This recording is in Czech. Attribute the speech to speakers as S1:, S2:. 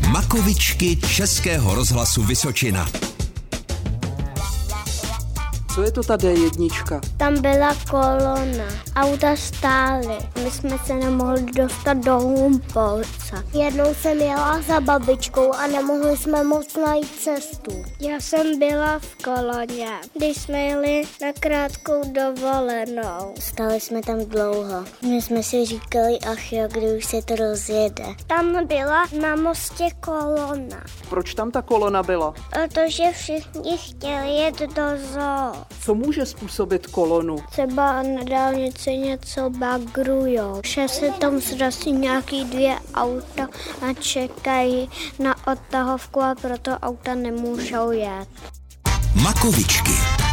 S1: Vlakovičky Českého rozhlasu Vysočina.
S2: Co je to ta D1?
S3: Tam byla kolona, auta stály, my jsme se nemohli dostat do Humpolce. Jednou jsem jela za babičkou a nemohli jsme moc najít cestu. Já jsem byla v koloně, když jsme jeli na krátkou dovolenou. Stali jsme tam dlouho, my jsme si říkali, ach jo, kdy už se to rozjede. Tam byla na mostě kolona.
S2: Proč tam ta kolona byla?
S3: Protože všichni chtěli jet do zoo.
S2: Co může způsobit kolonu?
S3: Třeba na dálnici něco bagrujou, že se tam zrasí nějaký dvě auta a čekají na odtahovku a proto auta nemůžou jet.
S1: Makovičky.